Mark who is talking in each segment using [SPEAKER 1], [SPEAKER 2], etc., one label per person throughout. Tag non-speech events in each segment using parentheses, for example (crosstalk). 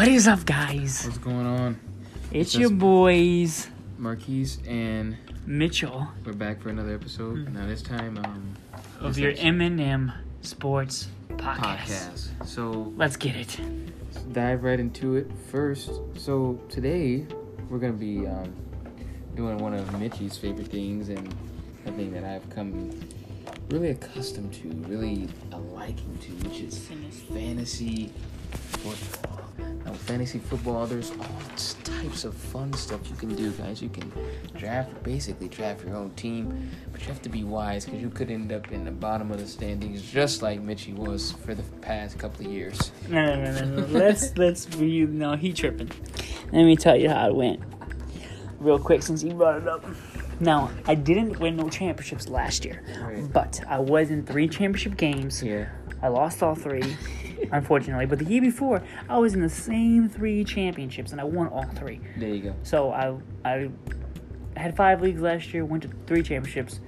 [SPEAKER 1] is up, guys?
[SPEAKER 2] What's going on?
[SPEAKER 1] It's
[SPEAKER 2] Just-
[SPEAKER 1] your boys,
[SPEAKER 2] Marquise, and
[SPEAKER 1] Mitchell
[SPEAKER 2] we're back for another episode. Now this time, um,
[SPEAKER 1] of
[SPEAKER 2] Yes,
[SPEAKER 1] your
[SPEAKER 2] yes.
[SPEAKER 1] M&M Sports Podcast.
[SPEAKER 2] podcast. So
[SPEAKER 1] Let's get it.
[SPEAKER 2] let's dive right into it first. So today, we're gonna be um, doing one of Mitchie's favorite things, and a thing that I've come really accustomed to, really a liking to, which is fantasy football. Now, with fantasy football, there's all s- types of fun stuff you can do, guys. You can draft, basically draft your own team, but you have to be wise because you could end up in the bottom of the standings, just like Mitchie was for the past couple of years.
[SPEAKER 1] No, no, no,
[SPEAKER 2] (laughs)
[SPEAKER 1] no, no. let's let's you know he tripping. Let me tell you how it went, real quick, since you brought it up. Now, I didn't win no championships last year,
[SPEAKER 2] Right.
[SPEAKER 1] but I was in three championship games.
[SPEAKER 2] Yeah.
[SPEAKER 1] I lost all
[SPEAKER 2] (laughs)
[SPEAKER 1] three, unfortunately. But the year before, I was in the same three championships, and I won all three.
[SPEAKER 2] There you go.
[SPEAKER 1] So I I had five leagues last year, went to three championships.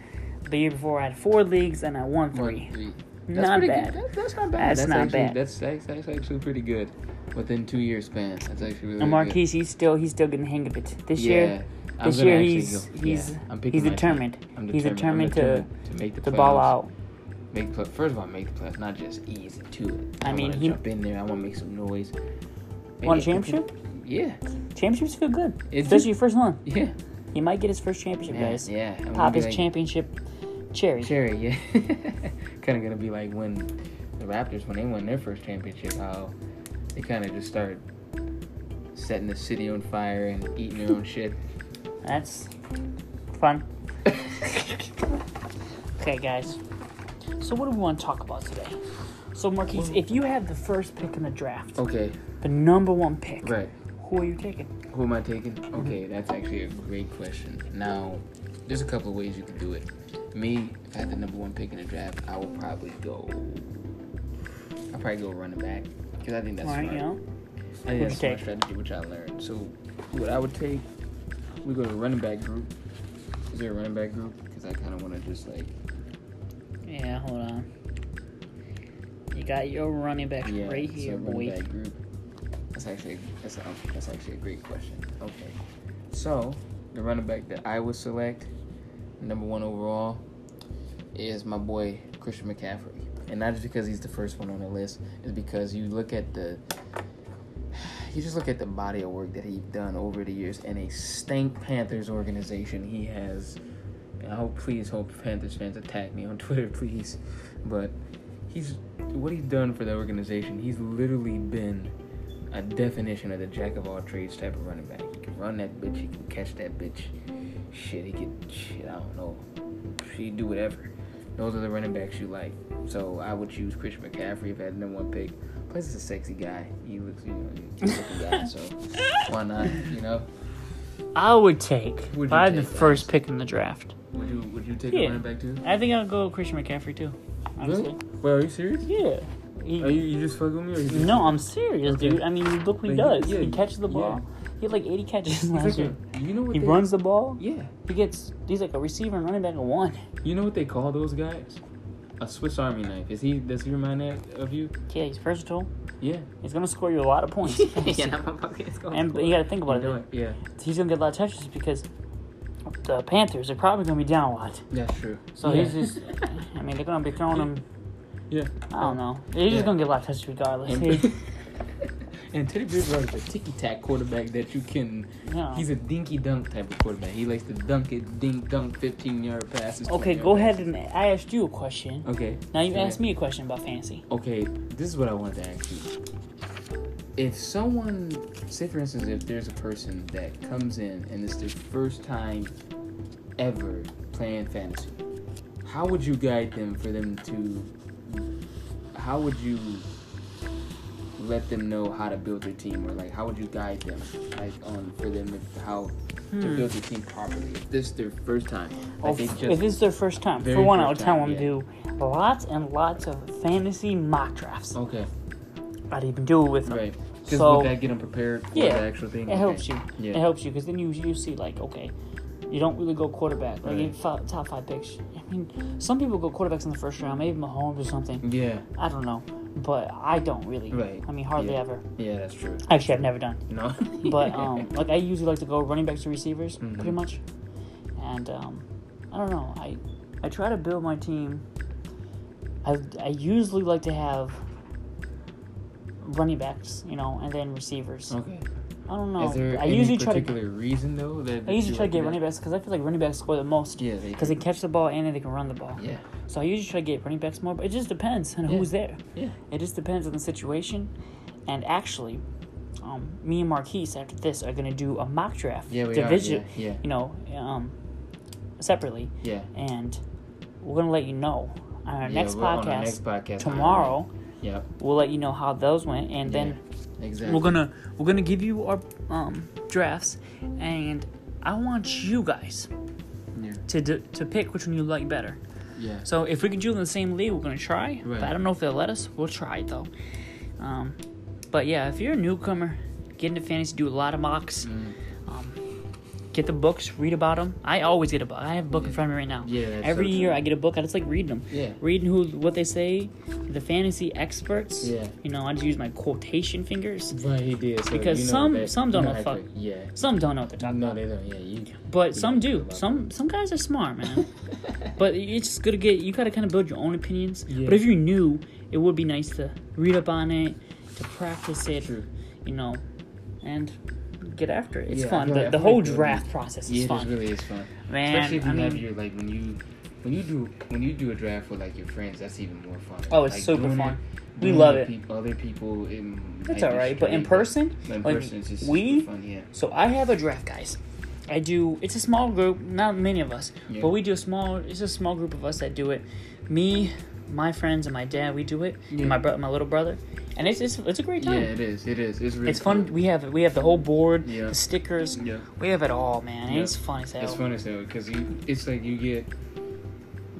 [SPEAKER 1] The year before, I had four leagues, and I won three.
[SPEAKER 2] One, three.
[SPEAKER 1] Not
[SPEAKER 2] pretty
[SPEAKER 1] bad.
[SPEAKER 2] Good. That- Mm. that's not bad.
[SPEAKER 1] That's not
[SPEAKER 2] actually,
[SPEAKER 1] bad.
[SPEAKER 2] That's, that's, that's actually pretty good. Within two years span, that's actually really
[SPEAKER 1] And
[SPEAKER 2] good.
[SPEAKER 1] Marquise, he's still he's still getting the hang of it. This year,
[SPEAKER 2] I'm
[SPEAKER 1] this
[SPEAKER 2] gonna
[SPEAKER 1] year
[SPEAKER 2] actually
[SPEAKER 1] he's
[SPEAKER 2] go-
[SPEAKER 1] he's
[SPEAKER 2] yeah, I'm picking
[SPEAKER 1] he's
[SPEAKER 2] my team.
[SPEAKER 1] determined.
[SPEAKER 2] I'm
[SPEAKER 1] He's
[SPEAKER 2] I'm
[SPEAKER 1] determined to
[SPEAKER 2] to, make the,
[SPEAKER 1] to ball
[SPEAKER 2] playoffs.
[SPEAKER 1] out.
[SPEAKER 2] Make the, first of all, make the playoffs, not just ease into it.
[SPEAKER 1] I mean,
[SPEAKER 2] wanna
[SPEAKER 1] he-
[SPEAKER 2] jump in there. I want to make some noise.
[SPEAKER 1] Want a
[SPEAKER 2] Maybe I can-
[SPEAKER 1] championship?
[SPEAKER 2] Yeah,
[SPEAKER 1] Championships feel good,
[SPEAKER 2] It
[SPEAKER 1] especially
[SPEAKER 2] do.
[SPEAKER 1] your first one.
[SPEAKER 2] yeah,
[SPEAKER 1] He might get his first championship,
[SPEAKER 2] yeah,
[SPEAKER 1] guys.
[SPEAKER 2] yeah. I'm gonna
[SPEAKER 1] Pop
[SPEAKER 2] be
[SPEAKER 1] his
[SPEAKER 2] like
[SPEAKER 1] championship cherry.
[SPEAKER 2] Cherry, yeah. (laughs) kind of gonna be like when the Raptors, when they won their first championship, how they kind of just started setting the city on fire and eating their
[SPEAKER 1] (laughs)
[SPEAKER 2] own shit.
[SPEAKER 1] That's fun. Okay, guys. So what do we want to talk about today? So Marquise, if you had the first pick in the draft,
[SPEAKER 2] okay,
[SPEAKER 1] the number one pick,
[SPEAKER 2] Oh. right.
[SPEAKER 1] who are you taking?
[SPEAKER 2] Who am I taking? Okay, that's actually a great question. Now, there's a couple of ways you can do it. Me, if I had the number one pick in the draft, I would probably go. I'd probably go running back because I think that's
[SPEAKER 1] All right,
[SPEAKER 2] smart.
[SPEAKER 1] you know.
[SPEAKER 2] I think
[SPEAKER 1] Who'd
[SPEAKER 2] that's
[SPEAKER 1] you
[SPEAKER 2] my
[SPEAKER 1] take?
[SPEAKER 2] strategy, which I learned. So, what I would take, we go to running back group. Is there a running back group? Because I kind of want to just like,
[SPEAKER 1] Yeah, hold on. You got your running back
[SPEAKER 2] yeah,
[SPEAKER 1] right
[SPEAKER 2] so
[SPEAKER 1] here,
[SPEAKER 2] running
[SPEAKER 1] boy.
[SPEAKER 2] back group. That's actually that's a, that's actually a great question. Okay, so the running back that I would select, number one overall, is my boy Christian McCaffrey, and not just because he's the first one on the list, is because you look at the you just look at the body of work that he's done over the years in a stank Panthers organization. He has, and I hope, please, hope Panthers fans attack me on (laughs) Twitter, please. But he's what he's done for the organization. He's literally been a definition of the jack of all trades type of running back. He can run that bitch. He can catch that bitch. Shit, he can shit. I don't know. He do whatever. Those are the running backs you like. So I would choose Christian McCaffrey if I had the number one pick. Plus, he's a sexy guy. He looks, you know, he's a sexy guy. So why not? You know,
[SPEAKER 1] I would take
[SPEAKER 2] Would
[SPEAKER 1] if
[SPEAKER 2] you
[SPEAKER 1] I had the
[SPEAKER 2] take, guys?
[SPEAKER 1] first pick in the draft.
[SPEAKER 2] would you would you take
[SPEAKER 1] Yeah.
[SPEAKER 2] a running back too?
[SPEAKER 1] I think I'll go Christian McCaffrey too. Honestly.
[SPEAKER 2] Well, are you serious?
[SPEAKER 1] Yeah. He-
[SPEAKER 2] Are you, you just fucking with me? Or you just-
[SPEAKER 1] no, I'm serious,
[SPEAKER 2] Okay.
[SPEAKER 1] dude. I mean, look what he
[SPEAKER 2] Like, he-
[SPEAKER 1] does.
[SPEAKER 2] yeah,
[SPEAKER 1] he catches the
[SPEAKER 2] yeah.
[SPEAKER 1] ball. He had like 80
[SPEAKER 2] (laughs)
[SPEAKER 1] catches
[SPEAKER 2] He's
[SPEAKER 1] last
[SPEAKER 2] like
[SPEAKER 1] year.
[SPEAKER 2] a- you know what
[SPEAKER 1] He
[SPEAKER 2] they-
[SPEAKER 1] runs the ball.
[SPEAKER 2] Yeah.
[SPEAKER 1] He gets. He's like a receiver and running back in one. (laughs)
[SPEAKER 2] You know what they call those guys? A Swiss Army knife. Is he? Does he remind that of you?
[SPEAKER 1] Yeah, he's versatile.
[SPEAKER 2] Yeah.
[SPEAKER 1] He's gonna score you a lot of
[SPEAKER 2] (laughs)
[SPEAKER 1] points. And you gotta think about
[SPEAKER 2] You know
[SPEAKER 1] it.
[SPEAKER 2] it. Yeah,
[SPEAKER 1] He's gonna get a lot of touches because the Panthers are probably gonna be down a lot.
[SPEAKER 2] that's true.
[SPEAKER 1] So
[SPEAKER 2] yeah.
[SPEAKER 1] he's just. I mean, they're gonna be throwing him.
[SPEAKER 2] yeah.
[SPEAKER 1] I don't know. He's
[SPEAKER 2] Yeah.
[SPEAKER 1] just gonna get a lot of touches regardless.
[SPEAKER 2] (laughs)
[SPEAKER 1] He-
[SPEAKER 2] (laughs) And, and Teddy Bridgewater is a ticky tack quarterback that you can.
[SPEAKER 1] you know.
[SPEAKER 2] He's a dinky dunk type of quarterback. He likes to dunk it, dink dunk, fifteen yard passes.
[SPEAKER 1] Okay,
[SPEAKER 2] 20 yard
[SPEAKER 1] go ahead
[SPEAKER 2] passes.
[SPEAKER 1] and I asked you a question.
[SPEAKER 2] Okay.
[SPEAKER 1] Now you
[SPEAKER 2] go
[SPEAKER 1] asked
[SPEAKER 2] ahead.
[SPEAKER 1] me a question about fantasy.
[SPEAKER 2] Okay, this is what I wanted to ask you. If someone, say for instance, if there's a person that comes in and it's their first time ever playing fantasy, how would you guide them for them to, how would you let them know how to build their team or like how would you guide them like on for them to, how to build their team properly if this is their first time like
[SPEAKER 1] Hmm. Of-
[SPEAKER 2] they just
[SPEAKER 1] if this is their first time, for
[SPEAKER 2] Very
[SPEAKER 1] one, I would
[SPEAKER 2] first
[SPEAKER 1] tell
[SPEAKER 2] time,
[SPEAKER 1] them
[SPEAKER 2] yeah.
[SPEAKER 1] do lots and lots of fantasy mock drafts.
[SPEAKER 2] okay
[SPEAKER 1] I'd even do it with them.
[SPEAKER 2] right just
[SPEAKER 1] So-
[SPEAKER 2] would that get them prepared for
[SPEAKER 1] Yeah,
[SPEAKER 2] the actual thing
[SPEAKER 1] It
[SPEAKER 2] Okay.
[SPEAKER 1] helps you.
[SPEAKER 2] yeah
[SPEAKER 1] It helps you because then you you see like okay, you don't really go quarterback like
[SPEAKER 2] Right.
[SPEAKER 1] in fi- top five picks. I mean, some people go quarterbacks in the first round, maybe Mahomes or something.
[SPEAKER 2] yeah
[SPEAKER 1] I don't know. but I don't really.
[SPEAKER 2] Right.
[SPEAKER 1] I mean, hardly
[SPEAKER 2] Yeah.
[SPEAKER 1] ever.
[SPEAKER 2] Yeah, that's true.
[SPEAKER 1] Actually, I've never done.
[SPEAKER 2] No. (laughs)
[SPEAKER 1] But um, like I usually like to go running backs to receivers,
[SPEAKER 2] Mhm.
[SPEAKER 1] pretty much. And um, I don't know. I I try to build my team. I I usually like to have running backs, you know, and then receivers.
[SPEAKER 2] okay.
[SPEAKER 1] I don't know.
[SPEAKER 2] Is there
[SPEAKER 1] I
[SPEAKER 2] any
[SPEAKER 1] usually try to
[SPEAKER 2] particular reason though that
[SPEAKER 1] I usually try
[SPEAKER 2] you
[SPEAKER 1] to
[SPEAKER 2] like
[SPEAKER 1] get
[SPEAKER 2] that?
[SPEAKER 1] running backs because I feel like running backs score the most
[SPEAKER 2] Yeah, they
[SPEAKER 1] because they catch the ball and then they can run the ball.
[SPEAKER 2] Yeah.
[SPEAKER 1] So I usually try to get running backs more, but it just depends on
[SPEAKER 2] Yeah.
[SPEAKER 1] who's there.
[SPEAKER 2] Yeah.
[SPEAKER 1] It just depends on the situation. And actually, um, me and Marquise after this are gonna do a mock draft.
[SPEAKER 2] Yeah, we
[SPEAKER 1] division,
[SPEAKER 2] are. Yeah.
[SPEAKER 1] You know, um, separately,
[SPEAKER 2] Yeah. yeah.
[SPEAKER 1] and we're gonna let you know on our
[SPEAKER 2] Yeah,
[SPEAKER 1] next
[SPEAKER 2] we're on
[SPEAKER 1] podcast
[SPEAKER 2] the next podcast
[SPEAKER 1] tomorrow.
[SPEAKER 2] Yep.
[SPEAKER 1] We'll let you know how those went, and then
[SPEAKER 2] Yeah, exactly.
[SPEAKER 1] we're gonna we're gonna give you our um, drafts, and I want you guys
[SPEAKER 2] Yeah.
[SPEAKER 1] to d- to pick which one you like better.
[SPEAKER 2] Yeah.
[SPEAKER 1] So if we can do it in the same league, we're gonna try. But
[SPEAKER 2] Right.
[SPEAKER 1] I don't know if they'll let us. We'll try it though. Um, but yeah, if you're a newcomer, get into fantasy, do a lot of mocks.
[SPEAKER 2] Mm.
[SPEAKER 1] Um, get the books, read about them. I always get a book. I have a book in front of me right now.
[SPEAKER 2] Yeah, that's
[SPEAKER 1] Every
[SPEAKER 2] so
[SPEAKER 1] year
[SPEAKER 2] true.
[SPEAKER 1] I get a book. I just like reading them.
[SPEAKER 2] Yeah.
[SPEAKER 1] Reading who what they say, the fantasy experts.
[SPEAKER 2] Yeah.
[SPEAKER 1] You know, I just use my quotation fingers.
[SPEAKER 2] Right, he did. So
[SPEAKER 1] Because
[SPEAKER 2] you know
[SPEAKER 1] some-
[SPEAKER 2] that-
[SPEAKER 1] some
[SPEAKER 2] you
[SPEAKER 1] don't
[SPEAKER 2] know
[SPEAKER 1] know
[SPEAKER 2] how
[SPEAKER 1] fuck.
[SPEAKER 2] to- Yeah.
[SPEAKER 1] Some don't know what they're talking
[SPEAKER 2] No,
[SPEAKER 1] about.
[SPEAKER 2] they don't. Yeah,
[SPEAKER 1] (laughs)
[SPEAKER 2] you.
[SPEAKER 1] But some
[SPEAKER 2] know
[SPEAKER 1] do.
[SPEAKER 2] about
[SPEAKER 1] Some some guys are smart, man. but it's just good to get. You gotta kind of build your own opinions.
[SPEAKER 2] Yeah.
[SPEAKER 1] But if you're new, it would be nice to read up on it, to practice it,
[SPEAKER 2] True.
[SPEAKER 1] you know, and get after it. It's
[SPEAKER 2] Yeah, I
[SPEAKER 1] fun.
[SPEAKER 2] feel
[SPEAKER 1] The,
[SPEAKER 2] like- I
[SPEAKER 1] the
[SPEAKER 2] feel like
[SPEAKER 1] whole
[SPEAKER 2] the-
[SPEAKER 1] draft process is
[SPEAKER 2] Yeah, it
[SPEAKER 1] fun,
[SPEAKER 2] is really is fun.
[SPEAKER 1] man.
[SPEAKER 2] Especially if you
[SPEAKER 1] I mean,
[SPEAKER 2] have your like when you when you do when you do a draft with like your friends, that's even more fun.
[SPEAKER 1] Oh, it's
[SPEAKER 2] Like,
[SPEAKER 1] super
[SPEAKER 2] doing
[SPEAKER 1] fun.
[SPEAKER 2] it-
[SPEAKER 1] We
[SPEAKER 2] doing
[SPEAKER 1] love it.
[SPEAKER 2] with peop- other people, it
[SPEAKER 1] That's all right, but in person,
[SPEAKER 2] but in
[SPEAKER 1] like,
[SPEAKER 2] person, it's just
[SPEAKER 1] we-
[SPEAKER 2] super fun. Yeah,
[SPEAKER 1] So I have a draft, guys. I do. It's a small group, not many of us,
[SPEAKER 2] Yeah.
[SPEAKER 1] but we do a small. It's a small group of us that do it. Me, my friends, and my dad. We do it.
[SPEAKER 2] Yeah.
[SPEAKER 1] And my bro, my little brother, and it's it's, it's a great
[SPEAKER 2] yeah,
[SPEAKER 1] time.
[SPEAKER 2] it is. It is. It's really.
[SPEAKER 1] It's fun.
[SPEAKER 2] cool.
[SPEAKER 1] We have we have the whole board,
[SPEAKER 2] Yeah.
[SPEAKER 1] the stickers.
[SPEAKER 2] Yeah,
[SPEAKER 1] We have it all, man. and
[SPEAKER 2] Yeah.
[SPEAKER 1] It's fun as hell.
[SPEAKER 2] it's fun as hell because you. It's like you get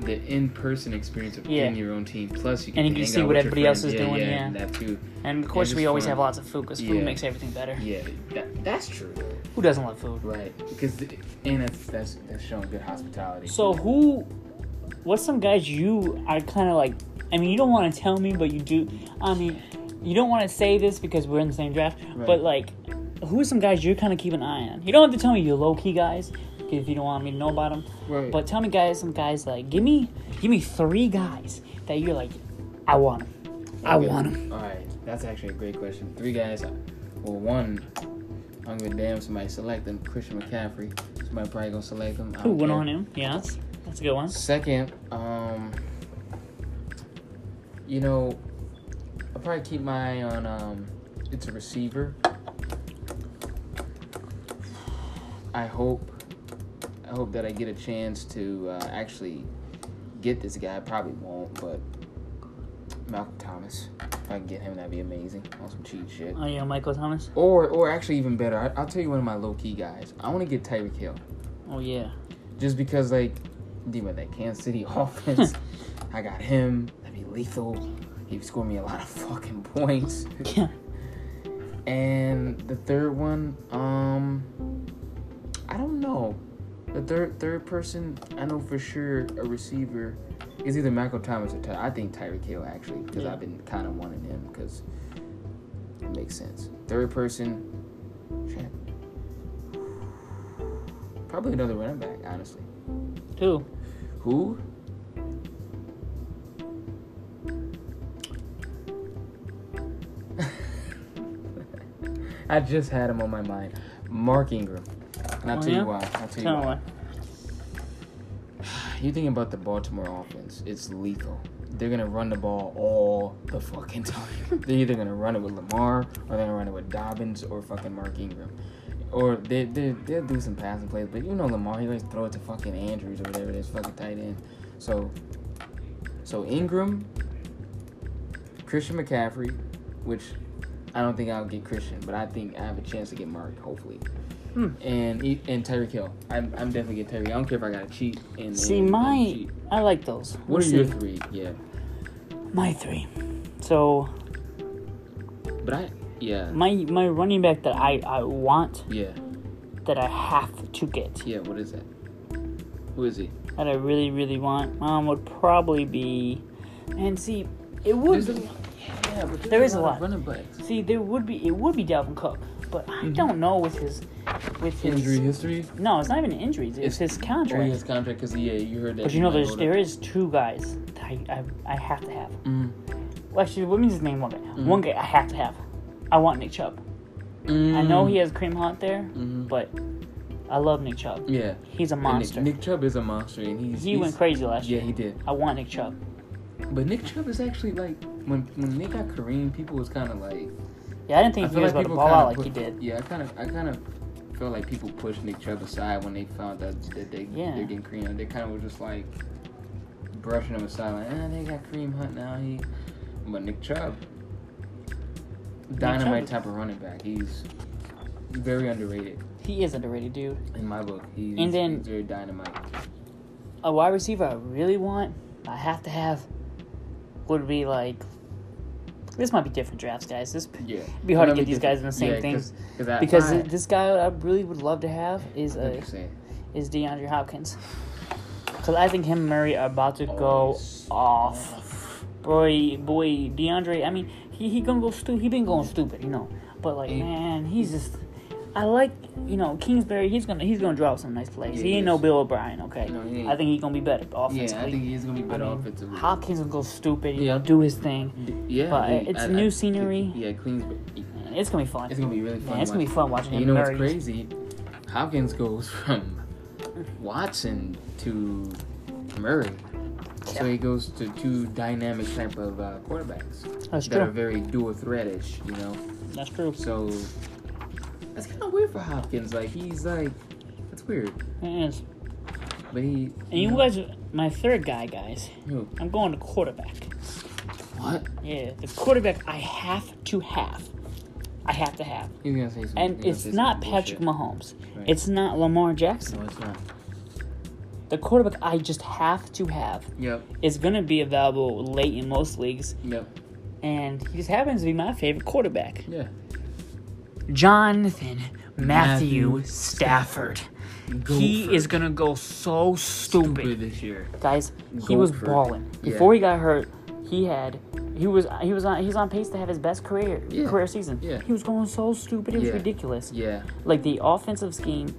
[SPEAKER 2] the in-person experience of
[SPEAKER 1] Yeah.
[SPEAKER 2] being your own team. Plus, you can,
[SPEAKER 1] And you can
[SPEAKER 2] hang
[SPEAKER 1] see
[SPEAKER 2] out
[SPEAKER 1] what
[SPEAKER 2] with your
[SPEAKER 1] everybody else
[SPEAKER 2] friends.
[SPEAKER 1] is doing, yeah.
[SPEAKER 2] and that too.
[SPEAKER 1] And of course,
[SPEAKER 2] it's
[SPEAKER 1] we always
[SPEAKER 2] fun.
[SPEAKER 1] have lots of food because food
[SPEAKER 2] Yeah.
[SPEAKER 1] makes everything better.
[SPEAKER 2] Yeah, that, that's true.
[SPEAKER 1] Who doesn't love food?
[SPEAKER 2] Right, because the- and that's that's that's showing good hospitality.
[SPEAKER 1] So who? What's some guys you are kind of like? I mean, you don't want to tell me, but you do. I mean, you don't want to say this because we're in the same draft.
[SPEAKER 2] Right.
[SPEAKER 1] But like, who are some guys you're kind of keeping an eye on? You don't have to tell me you're low key guys if you don't want me to know about them.
[SPEAKER 2] Right.
[SPEAKER 1] But tell me guys, some guys like give me give me three guys that you're like, I want them. I
[SPEAKER 2] Okay.
[SPEAKER 1] want them.
[SPEAKER 2] All right, that's actually a great question. Three guys. Well, one, I'm gonna damn somebody select him. Christian McCaffrey. Somebody probably gonna select him. I
[SPEAKER 1] Who
[SPEAKER 2] don't
[SPEAKER 1] went
[SPEAKER 2] care.
[SPEAKER 1] on him? Yeah, that's, that's a good one.
[SPEAKER 2] Second, um, you know, I'll probably keep my eye on. Um, it's a receiver. I hope. I hope that I get a chance to uh, actually get this guy. I probably won't, but Malcolm Thomas. If I can get him, that'd be amazing. On some cheat shit.
[SPEAKER 1] Oh yeah, Michael Thomas.
[SPEAKER 2] Or, or actually, even better, I, I'll tell you one of my low key guys. I want to get Tyreek Hill
[SPEAKER 1] Oh yeah. (laughs)
[SPEAKER 2] just because like dealing with that Kansas City (laughs) offense, I got him. That'd be lethal. He scored me a lot of fucking points.
[SPEAKER 1] Yeah.
[SPEAKER 2] And the third one, um, I don't know. The third third person, I know for sure a receiver is either Michael Thomas or Ty- I think Tyreek Hill actually because
[SPEAKER 1] Yeah.
[SPEAKER 2] I've been kind of wanting him because it makes sense. Third person, shit. probably another running back. Honestly,
[SPEAKER 1] Who?
[SPEAKER 2] who? (laughs) I just had him on my mind. Mark Ingram. And I'll
[SPEAKER 1] Oh,
[SPEAKER 2] tell
[SPEAKER 1] yeah?
[SPEAKER 2] you why. I'll tell you
[SPEAKER 1] Tell me
[SPEAKER 2] why.
[SPEAKER 1] one.
[SPEAKER 2] You thinking about the Baltimore offense, it's lethal. They're gonna run the ball all the fucking time. (laughs) they're either gonna run it with Lamar or they're gonna run it with Dobbins or fucking Mark Ingram. Or they they they'll do some passing plays, but you know Lamar, he always throw it to fucking Andrews or whatever this fucking tight end. So so Ingram, Christian McCaffrey, which I don't think I'll get Christian, but I think I have a chance to get Mark, hopefully.
[SPEAKER 1] Hmm.
[SPEAKER 2] And he- and Tyreek Hill, I'm, I'm definitely get Tyreek. I don't care if I got to cheat. And
[SPEAKER 1] See,
[SPEAKER 2] and- and
[SPEAKER 1] my-
[SPEAKER 2] cheat.
[SPEAKER 1] I like those.
[SPEAKER 2] What are
[SPEAKER 1] Let's
[SPEAKER 2] your
[SPEAKER 1] see.
[SPEAKER 2] three? Yeah,
[SPEAKER 1] My three. So
[SPEAKER 2] but I yeah
[SPEAKER 1] my my running back that I, I want
[SPEAKER 2] yeah
[SPEAKER 1] that I have to get
[SPEAKER 2] yeah. What is that? Who is he?
[SPEAKER 1] that I really really want um would probably be and see it would
[SPEAKER 2] There's a-
[SPEAKER 1] be
[SPEAKER 2] Yeah, but
[SPEAKER 1] There is a
[SPEAKER 2] of
[SPEAKER 1] lot.
[SPEAKER 2] running backs.
[SPEAKER 1] See, there would be it would be Dalvin Cook, but I
[SPEAKER 2] Mhm.
[SPEAKER 1] don't know with his with his
[SPEAKER 2] Injury history.
[SPEAKER 1] No, it's not even injuries. It's,
[SPEAKER 2] It's-
[SPEAKER 1] his
[SPEAKER 2] Or
[SPEAKER 1] contract.
[SPEAKER 2] his contract because yeah, you heard that.
[SPEAKER 1] But you know,
[SPEAKER 2] might
[SPEAKER 1] there's
[SPEAKER 2] go
[SPEAKER 1] there
[SPEAKER 2] to-
[SPEAKER 1] is two guys that I, I, I have to have.
[SPEAKER 2] Mm,
[SPEAKER 1] Well, actually, let me just name one guy.
[SPEAKER 2] Mm-hmm.
[SPEAKER 1] One guy I have to have. I want Nick Chubb. I
[SPEAKER 2] Mm-hmm.
[SPEAKER 1] know he has Cream Hunt there,
[SPEAKER 2] Mhm.
[SPEAKER 1] but I love Nick Chubb.
[SPEAKER 2] Yeah.
[SPEAKER 1] He's a
[SPEAKER 2] And
[SPEAKER 1] monster.
[SPEAKER 2] Nick, Nick Chubb is a monster, and he's
[SPEAKER 1] he
[SPEAKER 2] he's-
[SPEAKER 1] went crazy last
[SPEAKER 2] Yeah,
[SPEAKER 1] year.
[SPEAKER 2] he did.
[SPEAKER 1] I want Nick Chubb.
[SPEAKER 2] But Nick Chubb is actually like when when they got Kareem, people was kind of like
[SPEAKER 1] Yeah, I didn't think he was about to ball out like
[SPEAKER 2] kinda
[SPEAKER 1] he
[SPEAKER 2] put-
[SPEAKER 1] did.
[SPEAKER 2] Yeah, I kind of I kind of felt like people pushed Nick Chubb aside when they found out that they
[SPEAKER 1] Yeah.
[SPEAKER 2] they're getting Kareem. Hunt. They kind of were just like brushing him aside, like ah, they got Kareem Hunt now. He, but Nick Chubb, dynamite
[SPEAKER 1] Chubb-
[SPEAKER 2] type of running back. He's very underrated
[SPEAKER 1] He is underrated, dude.
[SPEAKER 2] in my book. He's,
[SPEAKER 1] And then-
[SPEAKER 2] he's very dynamite.
[SPEAKER 1] A wide receiver I really want, I have to have, would be like. This might be different drafts, guys. This
[SPEAKER 2] Yeah,
[SPEAKER 1] it'd be hard to get these guys in the same thing. Because uh, this guy I really would love to have is a. is DeAndre Hopkins. Because I think him and Murray are about to go
[SPEAKER 2] Always.
[SPEAKER 1] off. Boy, boy, DeAndre, I mean, he, he gonna go stupid. He been going stupid, you know. But, like,
[SPEAKER 2] Yeah.
[SPEAKER 1] man, he's just... I like, you know, Kingsbury, he's gonna he's gonna drop some nice plays.
[SPEAKER 2] Yeah,
[SPEAKER 1] he
[SPEAKER 2] he
[SPEAKER 1] ain't no
[SPEAKER 2] is.
[SPEAKER 1] Bill O'Brien, okay?
[SPEAKER 2] No, he ain't.
[SPEAKER 1] I think he's gonna be better
[SPEAKER 2] yeah,
[SPEAKER 1] offensively.
[SPEAKER 2] I think he's gonna be better
[SPEAKER 1] mean,
[SPEAKER 2] offensively.
[SPEAKER 1] Hopkins will go stupid,
[SPEAKER 2] Yeah.
[SPEAKER 1] yeah. do his thing.
[SPEAKER 2] yeah,
[SPEAKER 1] but
[SPEAKER 2] he-
[SPEAKER 1] it's new scenery.
[SPEAKER 2] Yeah, Queensbury.
[SPEAKER 1] It's gonna be fun.
[SPEAKER 2] Mm. It's gonna be really fun.
[SPEAKER 1] Man, it's gonna be
[SPEAKER 2] watching.
[SPEAKER 1] fun watching
[SPEAKER 2] And
[SPEAKER 1] him.
[SPEAKER 2] you know what's
[SPEAKER 1] Murray.
[SPEAKER 2] crazy? Hopkins goes (laughs) from Watson to Murray, so he goes to two dynamic type of uh, quarterbacks
[SPEAKER 1] That's
[SPEAKER 2] that are
[SPEAKER 1] true.
[SPEAKER 2] very dual threadish. You know,
[SPEAKER 1] That's true.
[SPEAKER 2] so that's kind of weird for Hopkins. Like he's like, that's weird,
[SPEAKER 1] It is.
[SPEAKER 2] but he.
[SPEAKER 1] And you guys, my third guy, guys,
[SPEAKER 2] Who?
[SPEAKER 1] I'm going to quarterback.
[SPEAKER 2] What?
[SPEAKER 1] Yeah, the quarterback I have to have. I have to have.
[SPEAKER 2] He's gonna say something. he's
[SPEAKER 1] And
[SPEAKER 2] gonna
[SPEAKER 1] it's
[SPEAKER 2] say
[SPEAKER 1] not
[SPEAKER 2] some
[SPEAKER 1] Patrick
[SPEAKER 2] bullshit.
[SPEAKER 1] Mahomes.
[SPEAKER 2] Right.
[SPEAKER 1] It's not Lamar Jackson.
[SPEAKER 2] No, it's not.
[SPEAKER 1] The quarterback I just have to have
[SPEAKER 2] Yep.
[SPEAKER 1] is going to be available late in most leagues.
[SPEAKER 2] Yep.
[SPEAKER 1] And he just happens to be my favorite quarterback
[SPEAKER 2] Yeah.
[SPEAKER 1] Jonathan Matthew,
[SPEAKER 2] Matthew
[SPEAKER 1] Stafford.
[SPEAKER 2] Go for
[SPEAKER 1] He is
[SPEAKER 2] it.
[SPEAKER 1] going to go so stupid.
[SPEAKER 2] stupid this year.
[SPEAKER 1] guys. He
[SPEAKER 2] Go
[SPEAKER 1] was
[SPEAKER 2] for it.
[SPEAKER 1] balling
[SPEAKER 2] Yeah.
[SPEAKER 1] before he got hurt. He had he was he was on he's on pace to have his best career
[SPEAKER 2] Yeah.
[SPEAKER 1] career season.
[SPEAKER 2] Yeah.
[SPEAKER 1] He was going so stupid, it was
[SPEAKER 2] Yeah.
[SPEAKER 1] ridiculous.
[SPEAKER 2] Yeah.
[SPEAKER 1] Like the offensive scheme,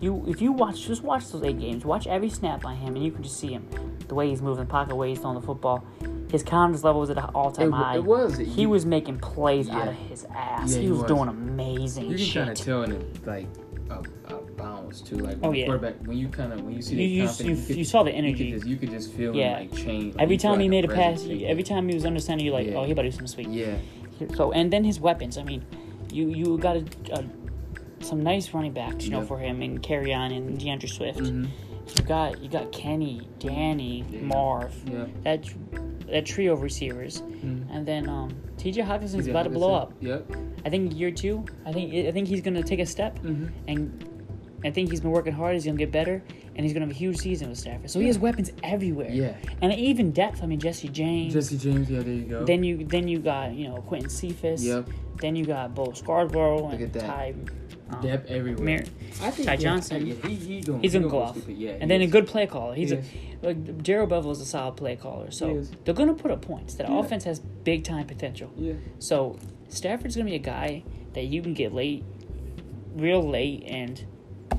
[SPEAKER 1] you if you watch just watch those eight games, watch every snap by him, and you can just see him, the way he's moving, the pocket, the way he's throwing the football. His confidence level was at an all
[SPEAKER 2] It
[SPEAKER 1] time
[SPEAKER 2] wa-
[SPEAKER 1] high.
[SPEAKER 2] it was.
[SPEAKER 1] He
[SPEAKER 2] You-
[SPEAKER 1] was making plays out
[SPEAKER 2] Yeah.
[SPEAKER 1] of his ass.
[SPEAKER 2] Yeah,
[SPEAKER 1] he,
[SPEAKER 2] he
[SPEAKER 1] was,
[SPEAKER 2] was.
[SPEAKER 1] doing amazing
[SPEAKER 2] You can kind
[SPEAKER 1] shit.
[SPEAKER 2] of tell in it, like a, a bounce too, like when
[SPEAKER 1] Oh,
[SPEAKER 2] the
[SPEAKER 1] yeah.
[SPEAKER 2] quarterback when you kind of when you see
[SPEAKER 1] You-
[SPEAKER 2] the
[SPEAKER 1] you-
[SPEAKER 2] confidence,
[SPEAKER 1] you-
[SPEAKER 2] could-
[SPEAKER 1] you saw the
[SPEAKER 2] You
[SPEAKER 1] energy.
[SPEAKER 2] could just, you could just feel
[SPEAKER 1] Yeah.
[SPEAKER 2] yeah. like change. like,
[SPEAKER 1] Every
[SPEAKER 2] you feel
[SPEAKER 1] time he
[SPEAKER 2] like
[SPEAKER 1] made a
[SPEAKER 2] presence
[SPEAKER 1] pass,
[SPEAKER 2] change.
[SPEAKER 1] every time he was under center, you're like,
[SPEAKER 2] Yeah.
[SPEAKER 1] oh, he about to do something sweet.
[SPEAKER 2] Yeah,
[SPEAKER 1] So and then his weapons. I mean, you you got a, a, some nice running backs, you know,
[SPEAKER 2] Yeah.
[SPEAKER 1] for him and carry on and DeAndre Swift.
[SPEAKER 2] Mhm.
[SPEAKER 1] You got you got Kenny, Danny,
[SPEAKER 2] Yeah.
[SPEAKER 1] Marv,
[SPEAKER 2] yeah.
[SPEAKER 1] that tr- that trio of receivers,
[SPEAKER 2] Mhm.
[SPEAKER 1] and then um, T.J. Hawkinson's
[SPEAKER 2] Yeah,
[SPEAKER 1] about to
[SPEAKER 2] that's
[SPEAKER 1] blow
[SPEAKER 2] it.
[SPEAKER 1] up.
[SPEAKER 2] Yep.
[SPEAKER 1] I think year two. I think I think he's gonna take a step,
[SPEAKER 2] Mhm.
[SPEAKER 1] and I think he's been working hard. He's gonna get better, and he's gonna have a huge season with Stafford. So he has weapons everywhere.
[SPEAKER 2] Yeah.
[SPEAKER 1] and even depth. I mean, Jesse James.
[SPEAKER 2] Jesse James. Yeah, there you go.
[SPEAKER 1] Then you then you got you know Quentin Cephas.
[SPEAKER 2] Yep.
[SPEAKER 1] Then you got Bo Scarborough
[SPEAKER 2] Look
[SPEAKER 1] and
[SPEAKER 2] at that.
[SPEAKER 1] Ty. um,
[SPEAKER 2] Depth everywhere.
[SPEAKER 1] Mer-
[SPEAKER 2] I think
[SPEAKER 1] Ty
[SPEAKER 2] yeah,
[SPEAKER 1] Johnson.
[SPEAKER 2] Yeah, he, he gonna,
[SPEAKER 1] He's
[SPEAKER 2] he
[SPEAKER 1] gonna go
[SPEAKER 2] gonna go
[SPEAKER 1] off.
[SPEAKER 2] stupid. Yeah, he
[SPEAKER 1] and then a
[SPEAKER 2] is.
[SPEAKER 1] good play caller. He's
[SPEAKER 2] Yes.
[SPEAKER 1] a, like Gerald Bevel is a solid play caller, so
[SPEAKER 2] Yes.
[SPEAKER 1] they're gonna put up points. That
[SPEAKER 2] Yeah.
[SPEAKER 1] offense has big time potential.
[SPEAKER 2] Yeah.
[SPEAKER 1] So Stafford's gonna be a guy that you can get late, real late, and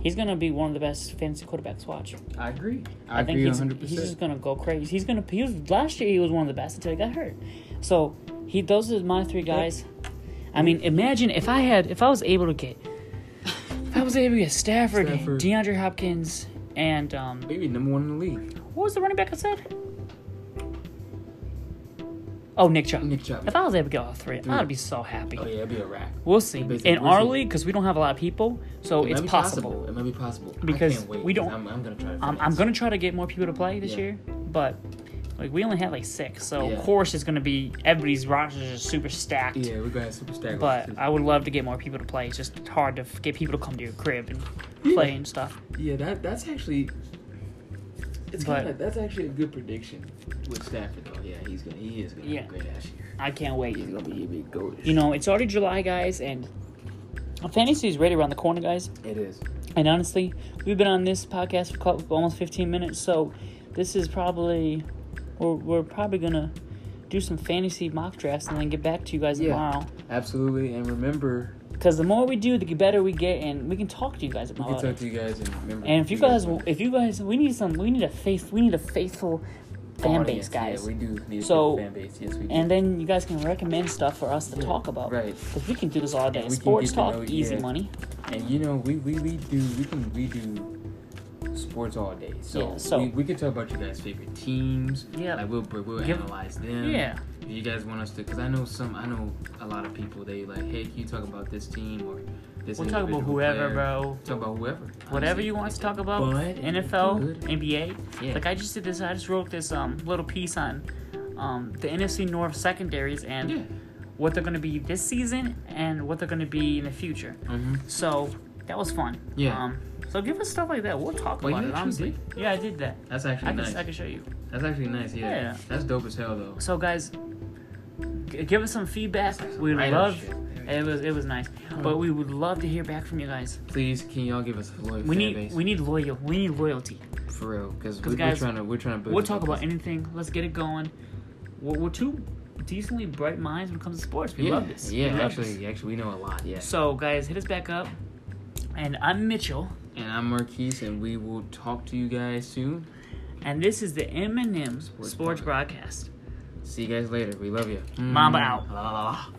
[SPEAKER 1] he's gonna be one of the best fantasy quarterbacks. to Watch.
[SPEAKER 2] I agree. I,
[SPEAKER 1] I think
[SPEAKER 2] agree
[SPEAKER 1] he's,
[SPEAKER 2] 100.
[SPEAKER 1] he's just
[SPEAKER 2] percent
[SPEAKER 1] gonna go crazy. He's gonna he was last year he was one of the best until he got hurt. So he those are my three guys. I mean, imagine if I had if I was able to get if I was able to get Stafford,
[SPEAKER 2] Stafford.
[SPEAKER 1] DeAndre Hopkins, and um,
[SPEAKER 2] Maybe number one in the league.
[SPEAKER 1] what was the running back I said? Oh, Nick Chubb.
[SPEAKER 2] Nick Chubb.
[SPEAKER 1] If I was able to get all three,
[SPEAKER 2] Three.
[SPEAKER 1] I'd be so happy.
[SPEAKER 2] Mm. Oh yeah, it'd be a wrap.
[SPEAKER 1] We'll see.
[SPEAKER 2] It'd be-
[SPEAKER 1] In our
[SPEAKER 2] we'll see.
[SPEAKER 1] league, because we don't have a lot of people, so
[SPEAKER 2] It
[SPEAKER 1] it's
[SPEAKER 2] might be
[SPEAKER 1] possible.
[SPEAKER 2] It might be possible.
[SPEAKER 1] Because
[SPEAKER 2] I can't wait.
[SPEAKER 1] we don't-
[SPEAKER 2] I'm, I'm gonna try. To
[SPEAKER 1] Um, I'm
[SPEAKER 2] finesse.
[SPEAKER 1] gonna try to get more people to play this
[SPEAKER 2] Yeah.
[SPEAKER 1] year, but like we only had like six, so
[SPEAKER 2] Yeah.
[SPEAKER 1] of course it's gonna be everybody's rosters are super stacked.
[SPEAKER 2] Yeah, we're gonna have super stack.
[SPEAKER 1] But I would love to get more people to play. It's just hard to f- get people to come to your crib and play and stuff.
[SPEAKER 2] Yeah, that that's actually. It's
[SPEAKER 1] But-
[SPEAKER 2] kinda, that's actually a good prediction with Stafford though. Yeah, he's gonna he is gonna
[SPEAKER 1] Yeah.
[SPEAKER 2] be great ass year.
[SPEAKER 1] I can't wait.
[SPEAKER 2] He's gonna be a big goat.
[SPEAKER 1] You know, it's already July, guys, and fantasy is right around the corner, guys.
[SPEAKER 2] it is.
[SPEAKER 1] And honestly, we've been on this podcast for cou- almost 15 minutes, so this is probably we're, we're probably gonna do some fantasy mock drafts, and then get back to you guys
[SPEAKER 2] Yeah.
[SPEAKER 1] tomorrow.
[SPEAKER 2] Absolutely, and remember,
[SPEAKER 1] Because the more we do, the better we get, and we can talk to you guys
[SPEAKER 2] we
[SPEAKER 1] about
[SPEAKER 2] can
[SPEAKER 1] it.
[SPEAKER 2] talk to you guys and remember.
[SPEAKER 1] Uh, And if you guys, if you guys, we need some, we need a faith, we need a faithful fan base,
[SPEAKER 2] Audience,
[SPEAKER 1] guys.
[SPEAKER 2] Yeah, we do need
[SPEAKER 1] So-
[SPEAKER 2] a fan base. Yes, we do.
[SPEAKER 1] and then you guys can recommend stuff for us to talk about.
[SPEAKER 2] right.
[SPEAKER 1] Because we can do this all day.
[SPEAKER 2] We can
[SPEAKER 1] Sports
[SPEAKER 2] get to
[SPEAKER 1] talk,
[SPEAKER 2] know-
[SPEAKER 1] easy
[SPEAKER 2] yeah.
[SPEAKER 1] money.
[SPEAKER 2] And you know, we, we, we do we can we do sports all day. So,
[SPEAKER 1] Yeah, so-
[SPEAKER 2] we, we can talk about you guys' favorite teams.
[SPEAKER 1] Yeah.
[SPEAKER 2] Like we'll we'll
[SPEAKER 1] Give-
[SPEAKER 2] analyze them. If you guys want us to, because I know some, I know a lot of people. They like, hey, can you talk about this team or this? individual player?"
[SPEAKER 1] bro.
[SPEAKER 2] Talk about whoever. honestly.
[SPEAKER 1] want to talk
[SPEAKER 2] about, But it's NFL, good.
[SPEAKER 1] NBA.
[SPEAKER 2] Yeah.
[SPEAKER 1] Like I just did this. I just wrote this um, little piece on um, the NFC North secondaries and
[SPEAKER 2] Yeah.
[SPEAKER 1] what they're going to be this season and what they're going to be in the future.
[SPEAKER 2] Mm-hmm.
[SPEAKER 1] So that was fun.
[SPEAKER 2] Yeah.
[SPEAKER 1] Um, so give us stuff like that. We'll talk
[SPEAKER 2] Well,
[SPEAKER 1] about
[SPEAKER 2] you
[SPEAKER 1] it.
[SPEAKER 2] actually
[SPEAKER 1] Honestly. Yeah, I did that.
[SPEAKER 2] That's
[SPEAKER 1] I
[SPEAKER 2] actually
[SPEAKER 1] can
[SPEAKER 2] nice.
[SPEAKER 1] I can show you.
[SPEAKER 2] That's actually nice. Yeah.
[SPEAKER 1] Yeah.
[SPEAKER 2] That's dope as hell though.
[SPEAKER 1] So guys, g- give us some feedback.
[SPEAKER 2] That's like
[SPEAKER 1] We would
[SPEAKER 2] some write-up
[SPEAKER 1] love.
[SPEAKER 2] shit.
[SPEAKER 1] It was it was nice, but we would love to hear back from you guys.
[SPEAKER 2] Please, can y'all give us a loyal
[SPEAKER 1] We
[SPEAKER 2] fan
[SPEAKER 1] need
[SPEAKER 2] base?
[SPEAKER 1] we need loyal. We need loyalty.
[SPEAKER 2] For real, because
[SPEAKER 1] 'Cause
[SPEAKER 2] we, we're
[SPEAKER 1] guys,
[SPEAKER 2] trying to we're trying to build.
[SPEAKER 1] We'll
[SPEAKER 2] this
[SPEAKER 1] talk
[SPEAKER 2] up.
[SPEAKER 1] about anything. Let's get it going. We're, we're two decently bright minds when it comes to sports. We
[SPEAKER 2] yeah,
[SPEAKER 1] love this. We
[SPEAKER 2] Yeah,
[SPEAKER 1] love
[SPEAKER 2] actually,
[SPEAKER 1] this.
[SPEAKER 2] actually, we know a lot. Yeah.
[SPEAKER 1] So guys, hit us back up. And I'm Mitchell,
[SPEAKER 2] And I'm Marquise, and we will talk to you guys soon.
[SPEAKER 1] and this is the Eminem
[SPEAKER 2] Sports
[SPEAKER 1] Sports
[SPEAKER 2] Podcast.
[SPEAKER 1] Broadcast.
[SPEAKER 2] See you guys later. We love you.
[SPEAKER 1] Mamba out.
[SPEAKER 2] Ah.